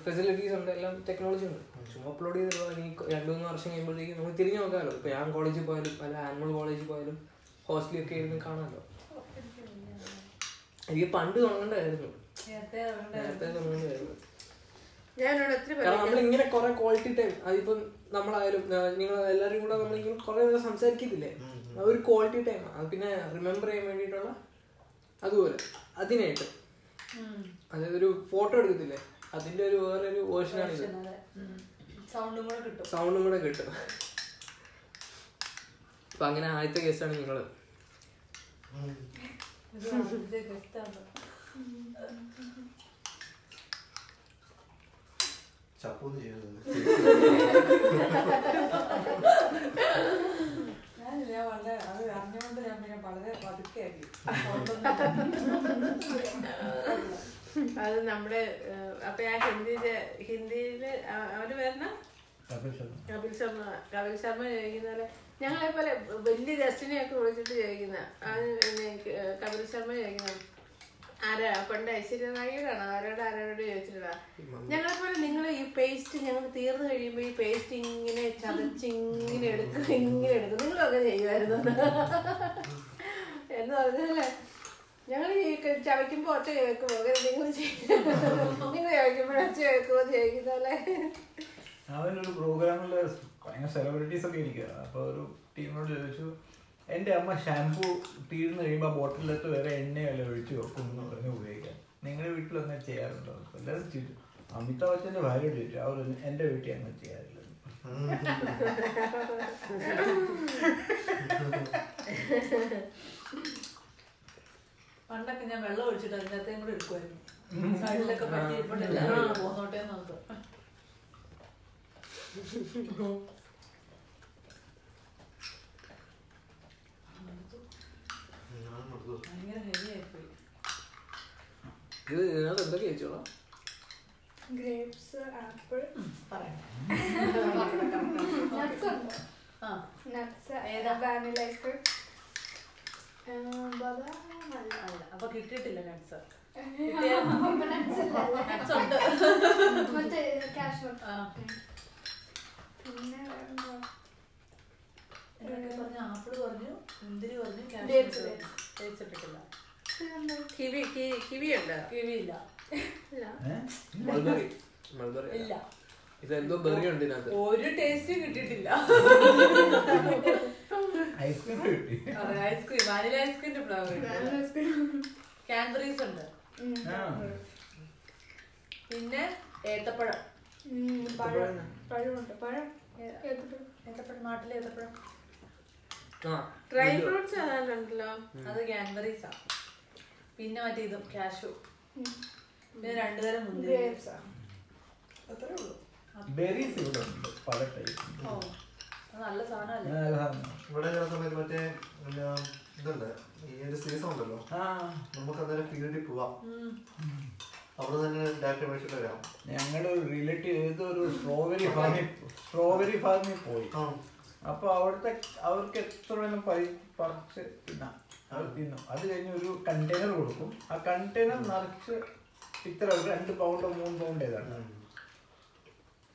D: ഫെസിലിറ്റീസ് ഉണ്ട് എല്ലാം ടെക്നോളജി ഉണ്ട് ചുമ്മാ അപ്ലോഡ് ചെയ്തിട്ടുള്ള ഇനി രണ്ടു മൂന്ന് വർഷം കഴിയുമ്പോഴത്തേക്ക് നമുക്ക് തിരിഞ്ഞു നോക്കാമല്ലോ ഇപ്പം ഞാൻ കോളേജിൽ പോയാലും അല്ല ആനുവൽ കോളേജിൽ പോയാലും ഹോസ്റ്റലിലൊക്കെ ഇരുന്ന് കാണാമല്ലോ എനിക്ക് പണ്ട് തുടങ്ങേണ്ടായിരുന്നു
B: നേരത്തെ അവരുടെ
D: നേരത്തെ തുടങ്ങേണ്ടായിരുന്നു
C: ഞാൻ ഇവരോട് ഒത്തിരി
D: കാരണം നമ്മളിങ്ങനെ കുറെ ക്വാളിറ്റി ടൈം അതിപ്പം നമ്മളായാലും നിങ്ങൾ എല്ലാവരും കൂടെ നമ്മളിങ്ങനെ കുറെ നേരം സംസാരിക്കത്തില്ലേ അത് ഒരു ക്വാളിറ്റി ടൈം അത് പിന്നെ റിമെമ്പർ ചെയ്യാൻ വേണ്ടിയിട്ടുള്ള അതുപോലെ അതിനായിട്ട് അതായത് ഒരു ഫോട്ടോ എടുക്കത്തില്ലേ അതിന്റെ ഒരു വേറെ ഒരു വേർഷനാണ് ഇത്
B: സൗണ്ടും കൂടെ കിട്ടും
D: സൗണ്ടും കൂടെ കിട്ടും അപ്പൊ അങ്ങനെ ആദ്യത്തെ കേസാണ് നിങ്ങള്
B: ഇത് ആദ്യത്തെ guest ആണ്.
E: ചപ്പൊന്നും ചെയ്യുന്നത്
B: ഞാനില്ല, ഞാൻ വളരെ അത് അറിഞ്ഞുകൊണ്ട് ഞാൻ പിന്നെ വളരെ പതുക്കെയാക്കി
C: അത് നമ്മുടെ ഏഹ്, അപ്പൊ ആ ഹിന്ദിയിലെ ഹിന്ദിയില് അ- അവര് വരണം കപിൽ ശർമ്മ കപിൽ ശർമ്മ ചോദിക്കുന്ന പോലെ ഞങ്ങളെ പോലെ വലിയ ഗസ്റ്റിനെ ഒക്കെ വിളിച്ചിട്ട് ചോദിക്കുന്ന അത് പിന്നെ ഏഹ്, കപിൽ ശർമ്മ ചോദിക്കുന്ന ആരാ പണ്ട് ഐശ്വര്യ നായകരാണോ ആരോട് ആരോട് ചോദിച്ചിട്ടാ ഞങ്ങളെ പോലെ നിങ്ങൾ ഈ പേസ്റ്റ് ഞങ്ങൾ തീർന്നു കഴിയുമ്പോ ഈ പേസ്റ്റ് ഇങ്ങനെ ചതച്ച് ഇങ്ങനെ എടുക്കും ഇങ്ങനെ എടുക്കും നിങ്ങളൊക്കെ ചെയ്യുമായിരുന്നു എന്ന് പറഞ്ഞല്ലേ ഞങ്ങൾ ഈ ക- ചവയ്ക്കുമ്പോ ഒറ്റ കേൾക്കുമോ നിങ്ങൾ ചെയ്യും നിങ്ങൾ ചവയ്ക്കുമ്പോഴൊച്ച ഒച്ച കേൾക്കുമോ ചെയ്യുന്ന പോലെ
H: അവനൊരു പ്രോഗ്രാമിൽ ഭയങ്കര സെലിബ്രിറ്റീസ് ഒക്കെ ഇരിക്കുക അപ്പൊ ഒരു ടീമിനോട് ചോദിച്ചു എന്റെ അമ്മ ഷാംപൂ തീർന്നു കഴിയുമ്പോൾ ബോട്ടിലത്ത് വേറെ എണ്ണയല്ല ഒഴിച്ചു വെക്കും എന്ന് പറഞ്ഞ് ഉപയോഗിക്കാം നിങ്ങളുടെ വീട്ടിൽ അങ്ങനെ ചെയ്യാറുണ്ടോ അപ്പൊ എല്ലാവരും ചോദിച്ചു അമിതാഭ് ബച്ചന്റെ ഭാര്യ ചോദിച്ചു അവർ പറഞ്ഞു, എന്റെ വീട്ടിൽ അങ്ങനെ ചെയ്യാറില്ല
B: പണ്ടൊക്കെ ഞാൻ വെള്ളം ഒഴിച്ചിട്ട് അതിൻ്റെ അകത്തേയും കൂടെ എടുക്കുമായിരുന്നു സൈഡിലൊക്കെ പറ്റി ഇപ്പോഴത്തെ പോന്നോട്ടേ നമുക്ക്
E: ഞാൻ മടുത്തു.
B: ഭയങ്കര ഹെവിയായിപ്പോയി
D: ഇത് ഇതിനകത്ത് എന്തൊക്കെ ചോദിച്ചോളാം
F: ഗ്രേപ്സ് ആപ്പിൾ
B: പറയാം
F: നട്ട്സ് ഉണ്ടോ
B: ആ
F: നട്ട്സ്
B: ഏതാ?
F: വാനില ഐസ്ക്രീം ബദാമല്ല
B: അല്ല അപ്പൊ കിട്ടിയിട്ടില്ല നട്സ്
F: nuts അല്ലല്ലേ?
B: നട്സ് ഉണ്ട്
F: മറ്റേ കാഷ്നട്ട്
B: ആ
F: പിന്നെ വേറെന്താ?
B: എന്നൊക്കെ പറഞ്ഞ ആപ്പിള് പറഞ്ഞു മുന്തിരി പറഞ്ഞു
F: Dates,
B: കാഷ്നട്ട്
F: dates.
B: dates ഇട്ടിട്ടില്ല
F: പിന്നെന്താ?
C: കിവി കിവി കിവിയുണ്ട്
B: കിവി ഇല്ല
F: ഇല്ല.
D: മൾബറി മൾബറി
B: ഇല്ല
D: ഇത് എന്തോ ബെറി ഉണ്ട് ഇതിനകത്ത്
B: ഒരു ടേസ്റ്റ് കിട്ടിയിട്ടില്ല
H: ഐസ്ക്രീം കിട്ടി
B: അതെ, ഐസ്ക്രീം വാനില ഐസ്ക്രീമിന്റെ ഫ്ലേവർ
F: വാനില
B: ഉണ്ട്
F: ഐസ്ക്രീം
B: കാൻബറീസ് ഉണ്ട്
F: ഉം,
H: ആ.
B: പിന്നെ ഏത്തപ്പഴം
F: ഉം, പഴം പഴമുണ്ട് പഴം ഏത്തപ്പഴം
B: ഏത്തപ്പഴം നാട്ടിലെ ഏത്തപ്പഴം
D: ആ
C: ഡ്രൈ ഫ്രൂട്ട്സ് അതാണല്ലോ
B: അത് കാൻബറീസാ പിന്നെ മറ്റേ ഇതും കാഷു
F: ഉം.
B: പിന്നെ രണ്ടുതരം മുന്തിരി
F: grapes ആ.
B: അത്രേ ഉള്ളൂ
H: ബെറീസ് ഇവിടെ ഉണ്ട് പല ടൈപ്പ്
B: ഓ അത് നല്ല സാധനമല്ലേ
E: ഇവിടെ ചില സമയത്ത് മറ്റേ പിന്നെ ഇതുണ്ട് ഈ ഒരു സീസൺ ഉണ്ടല്ലോ
H: ആ
E: നമുക്ക് അന്നേരം ഫീൽഡിൽ പോവാം അവിടെ തന്നെ ഡയറക്റ്റ് മേടിച്ചിട്ട് വരാം
H: ഞങ്ങളുടെ ഒരു റിലേറ്റീവ് ഏതൊരു സ്ട്രോബെറി ഫാമിൽ സ്ട്രോബെറി ഫാമിൽ പോയി
E: ആ
H: അപ്പൊ അവിടുത്തെ അവർക്ക് എത്ര വേണം പൈ പറിച്ച് തിന്നാം അവർ തിന്നും അത് കഴിഞ്ഞ് ഒരു കണ്ടെയ്നർ കൊടുക്കും ആ കണ്ടെയ്നർ നിറച്ച് ഇത്ര ഒരു രണ്ട് പൗണ്ടോ മൂന്ന് പൗണ്ട് ഏതാണ്
E: ഉം.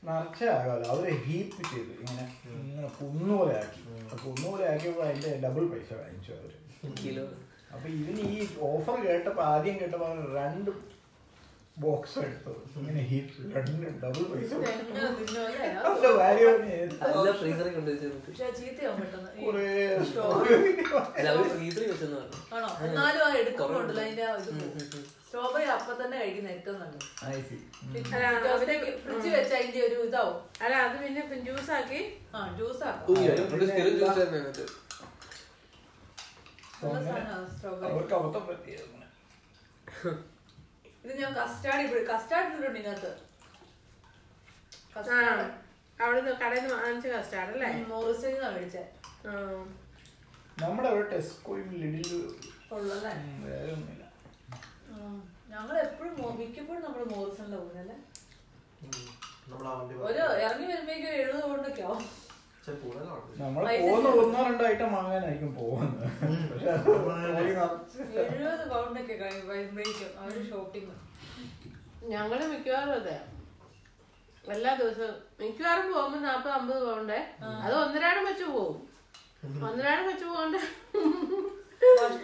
H: നിറച്ച ആകാലോ അവരെ ഹീപ്പ് ചെയ്ത് ഇങ്ങനെ ഇങ്ങനെ കുന്നുപോലെ ആക്കി കുന്നുപോലെ ആക്കിയപ്പോൾ അതിന്റെ ഡബിൾ പൈസ വാങ്ങിച്ചു അവര്
D: കിലോ
H: അപ്പൊ ഇവന് ഈ ഓഫർ കേട്ടപ്പോ ആദ്യം കേട്ടപ്പോ അവൻ രണ്ട് ബോക്സ് എടുത്തു ഇങ്ങനെ ഹീപ്പ് രണ്ട് ഡബിൾ പൈസ കൊടുത്തു. അവന്റെ value അവന് എത്ര?
D: നല്ല ഫ്രീസറിൽ കൊണ്ടുവച്ചു
B: പക്ഷെ ചീത്തയാവും പെട്ടെന്ന് ഈ-
H: കുറേ
D: അവർ ഫ്രീസറിൽ വെച്ചെന്ന് പറഞ്ഞു
B: ആണോ എന്നാലും ആ എടുക്കുമ്പോണ്ടല്ലോ അതിന്റെ ആ ഇത് പോകും. ശോഭയെ അപ്പൊ തന്നെ കഴിക്കുന്ന ഏറ്റവും നല്ലത്
H: I see.
C: അല്ല, അവര്
B: ഫ്രിഡ്ജ് വെച്ച അതിന്റെ ഒരു ഇതാവും
C: അല്ല അത് പിന്നെ ജ്യൂസാക്കി
B: ആ ജ്യൂസ് ആക്കാം
D: സ്ഥിരം ജ്യൂസ് തന്നെ എന്നിട്ട്
B: നല്ല സാധനമാണ് സ്ട്രോബെറി
H: അവർക്ക് അബദ്ധം പറ്റിയത്
B: ഇത് ഞാൻ കസ്റ്റാർഡ് ഇവിടെ കസ്റ്റാർഡ് ഇട്ടിട്ടുണ്ട് ഇതിനകത്ത്
C: ആ
B: കസ്റ്റാർഡ്
C: അവിടുന്ന് കടയിൽ നിന്ന് വാങ്ങിച്ച കസ്റ്റാർഡ് അല്ലേ
B: മോറിസിൽ നിന്നാണ് മേടിച്ചത്
C: ആ.
H: നമ്മുടെ അവിടെ ടെസ്കോയും ലിഡിലും
B: ഉള്ളല്ലേ
H: വേറെ ഒന്നുമില്ല
B: ഞങ്ങൾ എപ്പോഴും മിക്കപ്പോഴും നമ്മൾ മോറിസണിലെ പോകുന്നല്ലേ
E: നമ്മളാ വണ്ടി
B: ഒരു ഇറങ്ങി വരുമ്പോഴേക്കും എഴുപത് കൊണ്ടൊക്കെ ആവും
E: പക്ഷെ കൂടുതലാണ്
H: നമ്മൾ
B: പൈസ
H: പോകുന്ന
B: ഇല്ല.
H: ഒന്നോ രണ്ടോ ഐറ്റം വാങ്ങാനായിരിക്കും പോകുന്നത് പക്ഷെ അത് പോയി നിറച്ച്
B: എഴുപത് പൗണ്ടൊക്കെ വരുമ്പോഴേക്കും അവര് ഷോപ്പിംഗ്
C: ഞങ്ങള് മിക്കവാറും അതെ എല്ലാ ദിവസവും മിക്കവാറും പോകുമ്പോ നാപ്പത് അമ്പത് പൗണ്ടേ അത് ഒന്നരാടം വെച്ച് പോകും ഒന്നരാടം വെച്ച് പോകണ്ട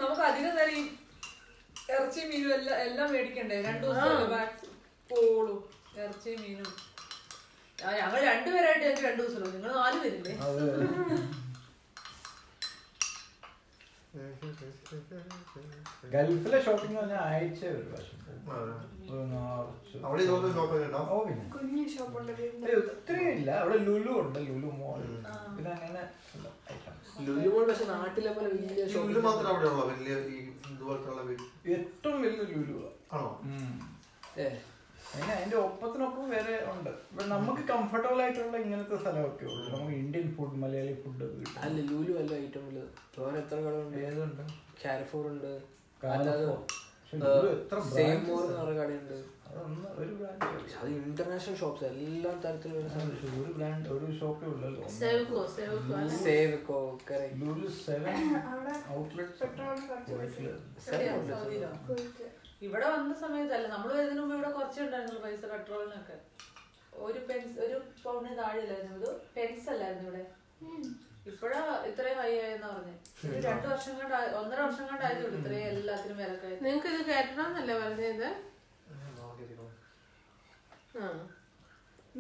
B: നമുക്ക് അധികം നേരം ഈ ഇറച്ചി മീനും എല്ലാം എല്ലാം മേടിക്കണ്ടേ രണ്ടു ദിവസം പോളൂ ഇറച്ചി മീനും ആ, ഞങ്ങൾ രണ്ടുപേരായിട്ട് ഞങ്ങൾക്ക് രണ്ടു ദിവസമല്ലോ നിങ്ങൾ നാല് പേരില്ലേ
H: അത് ഗൾഫിലെ ഷോപ്പിംഗ് പറഞ്ഞാൽ ആഴ്ച ഒരു വർഷം
E: അവിടെ ഇതുപോലത്തെ ഷോപ്പൊക്കെ ഉണ്ടാവും
F: കുഞ്ഞി ഷോപ്പുണ്ട് വീടിന്റെ
H: ഒത്തിരി ഇല്ല അവിടെ ലുലു ഉണ്ട് ലുലു മോൾ പിന്നെ അങ്ങനെ ഉള്ള items.
D: ലുലു മോൾ പക്ഷെ നാട്ടിലെ പോലെ വലിയ
E: ഇതില് മാത്രമേ അവിടെ ഉള്ളൂ വലിയ ഈ ഇതുപോലത്തെ ഉള്ള വീട്
H: ഏറ്റവും വലുത് ലുലു
E: ആണോ
D: ഏഹ്
H: അതിന് അതിന്റെ ഒപ്പത്തിനൊപ്പം വേറെ ഉണ്ട് ഇപ്പൊ നമുക്ക് കംഫർട്ടബിൾ ആയിട്ടുള്ള ഇങ്ങനത്തെ സ്ഥലമൊക്കെ ഉള്ളു നമുക്ക് ഇന്ത്യൻ ഫുഡ് മലയാളി ഫുഡ് കിട്ടും
D: അല്ല ലൂലു അല്ല ഏറ്റവും വലുത് തോനെ എത്ര കടയുണ്ട്
H: ഏതുണ്ട്
D: കാരഫോർ ഉണ്ട് അല്ലാതെ
H: കാലിഫോർണിയ. പക്ഷെ ലുലു എത്ര branches
D: സേമോർ എന്ന്
H: ആ?
D: പറഞ്ഞ കടയുണ്ട്
H: അതൊന്നും ഒരു ബ്രാൻഡ്
D: പക്ഷെ അത് ഇന്റർനാഷണൽ ഷോപ്സ് എല്ലാ തരത്തിലുള്ള സാധനം
H: ഒരു ബ്രാൻഡ് ഒരു ഷോപ്പേ ഉള്ളല്ലോ
C: സേവക്കോ സേവക്കോ അല്ലെ
D: സേവക്കോ കറക്റ്റ്
H: ലുലു സെവൻ
F: അവിടെ
H: ഔട്ട്ലെറ്റ്സ്
F: പെട്രോളിന് കുറച്ച് പൈസ
B: എവിടെയാ? സൗദിയിലോ
F: പോയിട്ട്
B: ഇവിടെ വന്ന സമയത്തല്ല നമ്മൾ വരുന്നതിന് മുമ്പ് ഇവിടെ കുറച്ചേ ഉണ്ടായിരുന്നുള്ളൂ പൈസ പെട്രോളിനൊക്കെ ഒരു പെൻസ് ഒരു പൗണ്ടിന് താഴെ ഇല്ലായിരുന്നു ഇത് പെൻസ് അല്ലായിരുന്നു ഇവിടെ ഇപ്പഴാ ഇത്രയും ഹൈ ആയെന്ന് പറഞ്ഞു ഒരു രണ്ടു വർഷം കണ്ട് ഒന്നര വർഷം കണ്ടായതുള്ളൂ ഇത്രയും എല്ലാത്തിനും വിലക്കായി
C: നിങ്ങക്ക് ഇത് കേട്ടണമെന്നല്ലേ പറഞ്ഞത് ആ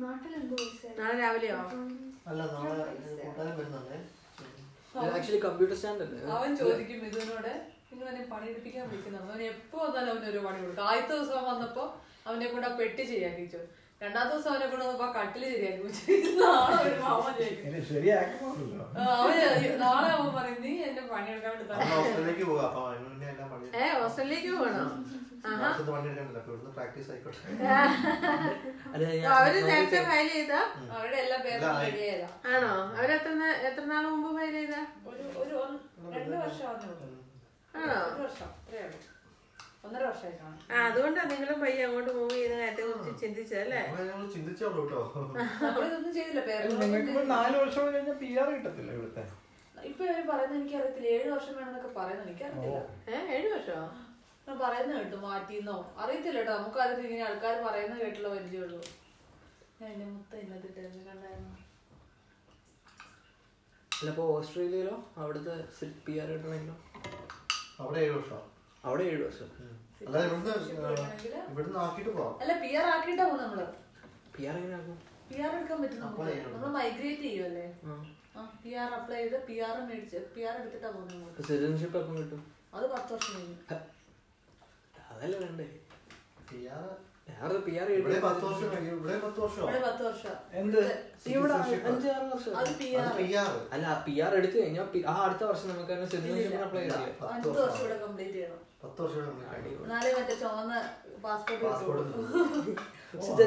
F: നാട്ടിലെന്ത് പൈസ
C: നാളെ രാവിലെയോ
E: അല്ല നാളെ കൂട്ടാൻ വരുന്നുണ്ടേ
D: ആക്ച്വലി കമ്പ്യൂട്ടർ സ്റ്റാൻഡ് അല്ലേ
B: അവൻ ചോദിക്കും മിഥുനോട് നിങ്ങൾ എന്നെ പണിയെടുപ്പിക്കാൻ വിളിക്കുന്നതാണ് അവൻ എപ്പോ വന്നാലും അവന് ഒരു പണി കൊടുക്കും ആദ്യത്തെ ദിവസം അവൻ വന്നപ്പോ അവനെ കൊണ്ട് ആ പെട്ടി ശരിയാക്കിച്ചു രണ്ടാമത്തെ ദിവസം അവനെ കൊണ്ട് വന്നപ്പോ ആ കട്ടില് ശരിയാക്കി വെച്ചു. നാളെ വരുമ്പോ അവൻ ചോദിക്കും
H: ഇനി ശരിയാക്കുമല്ലോ
B: ആ, അവന് നാളെ അവൻ പറയും നീ എന്നെ പണിയെടുക്കാൻ വേണ്ടി
E: അമ്മ
B: തന്നെ
E: ഓസ്ട്രേലിയക്ക് പോകാം അപ്പൊ അതിനുവേണ്ടി എല്ലാം പണി
C: ഏ ഓസ്ട്രേലിയക്ക് പോകണോ
E: നാട്ടിലത്തെ പണി എടുക്കണ്ടല്ലോ അപ്പൊ ഇവിടുന്ന് പ്രാക്ടീസ് ആയിക്കോട്ടെ
D: അല്ല
C: അവര്
D: ഞാൻ
C: നേരത്തെ ഫയൽ ചെയ്താ
B: അവരുടെ എല്ലാ പേരും
E: ഇല്ല,
B: ശരിയായതാ
C: ആണോ അവര് എത്ര നേ- എത്ര നാൾ മുമ്പ് ഫയൽ ചെയ്താ
B: ഒരു ഒരു ഒന്ന്- രണ്ട് വർഷം ആവുന്നേ ഉള്ളൂ.
C: ആണോ
B: ഒരു വർഷം അത്രേ ഉള്ളൂ ഒന്നര വർഷമായി കാണും
C: ആ അതുകൊണ്ടാ നിങ്ങളും പയ്യ അങ്ങോട്ട് മൂവ് ചെയ്യുന്ന കാര്യത്തെ കുറിച്ച് ചിന്തിച്ചല്ലേ
E: അങ്ങനെ ഞങ്ങൾ ചിന്തിച്ചോളൂ കേട്ടോ
B: നമ്മളിതൊന്നും ചെയ്തില്ല
H: നിങ്ങൾക്ക് ഇപ്പൊ
B: പേരൊന്നും
H: നാല് വർഷം കൂടി കഴിഞ്ഞാൽ പി ആർ കിട്ടത്തില്ല ഇവിടുത്തെ
B: ഇപ്പൊ ഇവര് പറയുന്നത് എനിക്കറിയത്തില്ല ഏഴ് വർഷം വേണമെന്നൊക്കെ പറയുന്നത് എനിക്കറിയത്തില്ല
C: ഏ ഏഴു വർഷോ
B: ഞാൻ പറയുന്ന കേട്ടു മാറ്റിന്നോ അറിയത്തില്ല കേട്ടോ നമുക്ക് അറിയത്തില്ല ഇങ്ങനെ ആൾക്കാർ പറയുന്ന കേട്ടുള്ള പരിചയമുള്ളൂ ഞാൻ എന്റെ മുത്ത ഇന്നത്തെ ടൈമിൽ കണ്ടായിരുന്നു
D: അപ്പോൾ ഓസ്ട്രേലിയയിലോ അവിടുത്തെ പി ആർ കിട്ടണമെങ്കിലോ
E: അവിടെ ഏഴ് വർഷം
D: അവിടെ ഏഴ് വർഷം
E: അല്ല ഇവിടുന്ന് ഏഹ്, ഇവിടുന്ന് ആക്കിയിട്ട് പോവാം
B: അല്ല പി ആർ ആക്കിയിട്ടാ പോകും നമ്മള്
D: പി ആർ എങ്ങനെ ആക്കും
B: പി ആർ എടുക്കാൻ പറ്റും നമുക്ക്
E: Apply ചെയ്യണം.
B: നമ്മൾ മൈഗ്രേറ്റ് ചെയ്യുമല്ലേ
D: ആ
B: ആ പി ആർ അപ്ലൈ ചെയ്ത് പി ആർ മേടിച്ച് പി ആർ എടുത്തിട്ടാ പോകുന്നത് നമ്മള്.
D: സിറ്റിസൺഷിപ്പ് അപ്പം കിട്ടും
B: അത് പത്ത് വർഷം കഴിഞ്ഞു
D: അതല്ല വേണ്ടേ
E: ഇയാള്
D: വേറെ പി ആർ
E: ഇവിടെ പത്ത് വർഷം കഴിയും ഇവിടെ പത്ത് വർഷം
B: ഇവിടെ പത്ത് വർഷം
H: എന്ത്
E: ഇവിടെ
D: അഞ്ച് ആറ് വർഷം
B: അത് പി ആർ
E: ഇയാള്
D: അല്ല പി ആർ എടുത്തു കഴിഞ്ഞാൽ പി- ആ അടുത്ത വർഷം നമുക്ക് തന്നെ സിറ്റിസൺഷിപ്പിന് അപ്ലൈ ചെയ്യാം
E: പത്ത്
B: അഞ്ച് വർഷം
E: വർഷം
B: ഇവിടെ കംപ്ലീറ്റ് ചെയ്യണം
E: പത്ത് വർഷം ഇവിടെ കഴിയും
B: എന്നാലേ മറ്റേ ചുവന്ന
E: പാസ്പോർട്ട്
B: പാസ്പോർട്ട്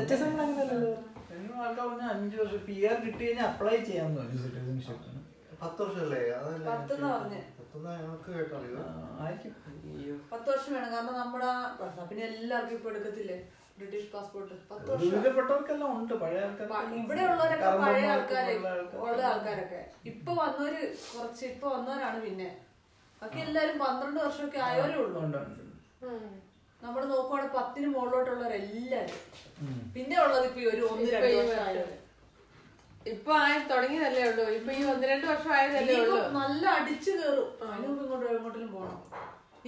H: എന്നും ആൾക്കാർ പറഞ്ഞാൽ അഞ്ച് വർഷം പി ആർ കിട്ടി കഴിഞ്ഞാൽ അപ്ലൈ ചെയ്യാമെന്ന് പറഞ്ഞു സിറ്റിസൺഷിപ്പിന്
E: പത്ത് വർഷമല്ലേ അതല്ലേ
B: പത്തെന്നാ പറഞ്ഞേ?
E: പത്തെന്നാ ഞങ്ങൾക്ക് കേട്ടറിയോ
H: ആയിരിക്കും
D: അയ്യോ
B: പത്ത് വർഷം വേണം കാരണം നമ്മുടെ ആ- ആ പിന്നെ എല്ലാവർക്കും ഇപ്പൊ എടുക്കത്തില്ലേ ബ്രിട്ടീഷ് പാസ്പോർട്ട് പത്ത് വർഷം
H: ഒരുവിധപ്പെട്ടവർക്കെല്ലാം ഉണ്ട് പഴയ ആൾക്കാർ
B: പ- ഇവിടെ ഉള്ളവരൊക്കെ പഴയ ആൾക്കാര് ഉള്ള ആൾക്കാരൊക്കെ ഇപ്പൊ വന്നവര് കുറച്ച് ഇപ്പൊ വന്നവരാണ് പിന്നെ ബാക്കി എല്ലാരും പന്ത്രണ്ട് വർഷമൊക്കെ ആയവരേ ഉള്ളൂ
H: ഉണ്ട് ഉണ്ട്.
C: ഉം.
I: നമ്മൾ നോക്കുവാണെങ്കിൽ പത്തിന് മുകളിലോട്ടുള്ളവരെല്ലാരും പിന്നെ ഉള്ളത് ഇപ്പൊ ഈ ഒരു ഒന്ന് രണ്ട് വർഷമായത്
C: ഇപ്പൊ ആയി തുടങ്ങിയതല്ലേ ഉള്ളൂ ഇപ്പൊ ഈ ഒന്ന് രണ്ട് വർഷം ആയതല്ലേ ഉള്ളൂ
I: ഇനിയിപ്പം നല്ല അടിച്ചു കയറും അതിനുമുമ്പ് ഇങ്ങോട്ട് എങ്ങോട്ടെങ്കിലും പോണം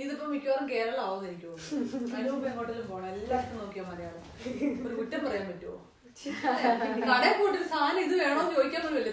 I: ഇതിപ്പോ മിക്കവാറും കേരളം ആവുമെന്ന് എനിക്ക് തോന്നുന്നു അതിനുമുമ്പ് എങ്ങോട്ടെങ്കിലും പോണം എല്ലാവർക്കും നോക്കിയാൽ മലയാളം ഒരു കുറ്റം പറയാൻ പറ്റുമോ കടയിൽ പോയിട്ട് ഒരു സാധനം ഇത് വേണോന്ന് ചോദിക്കാൻ പോലും ഇല്ല.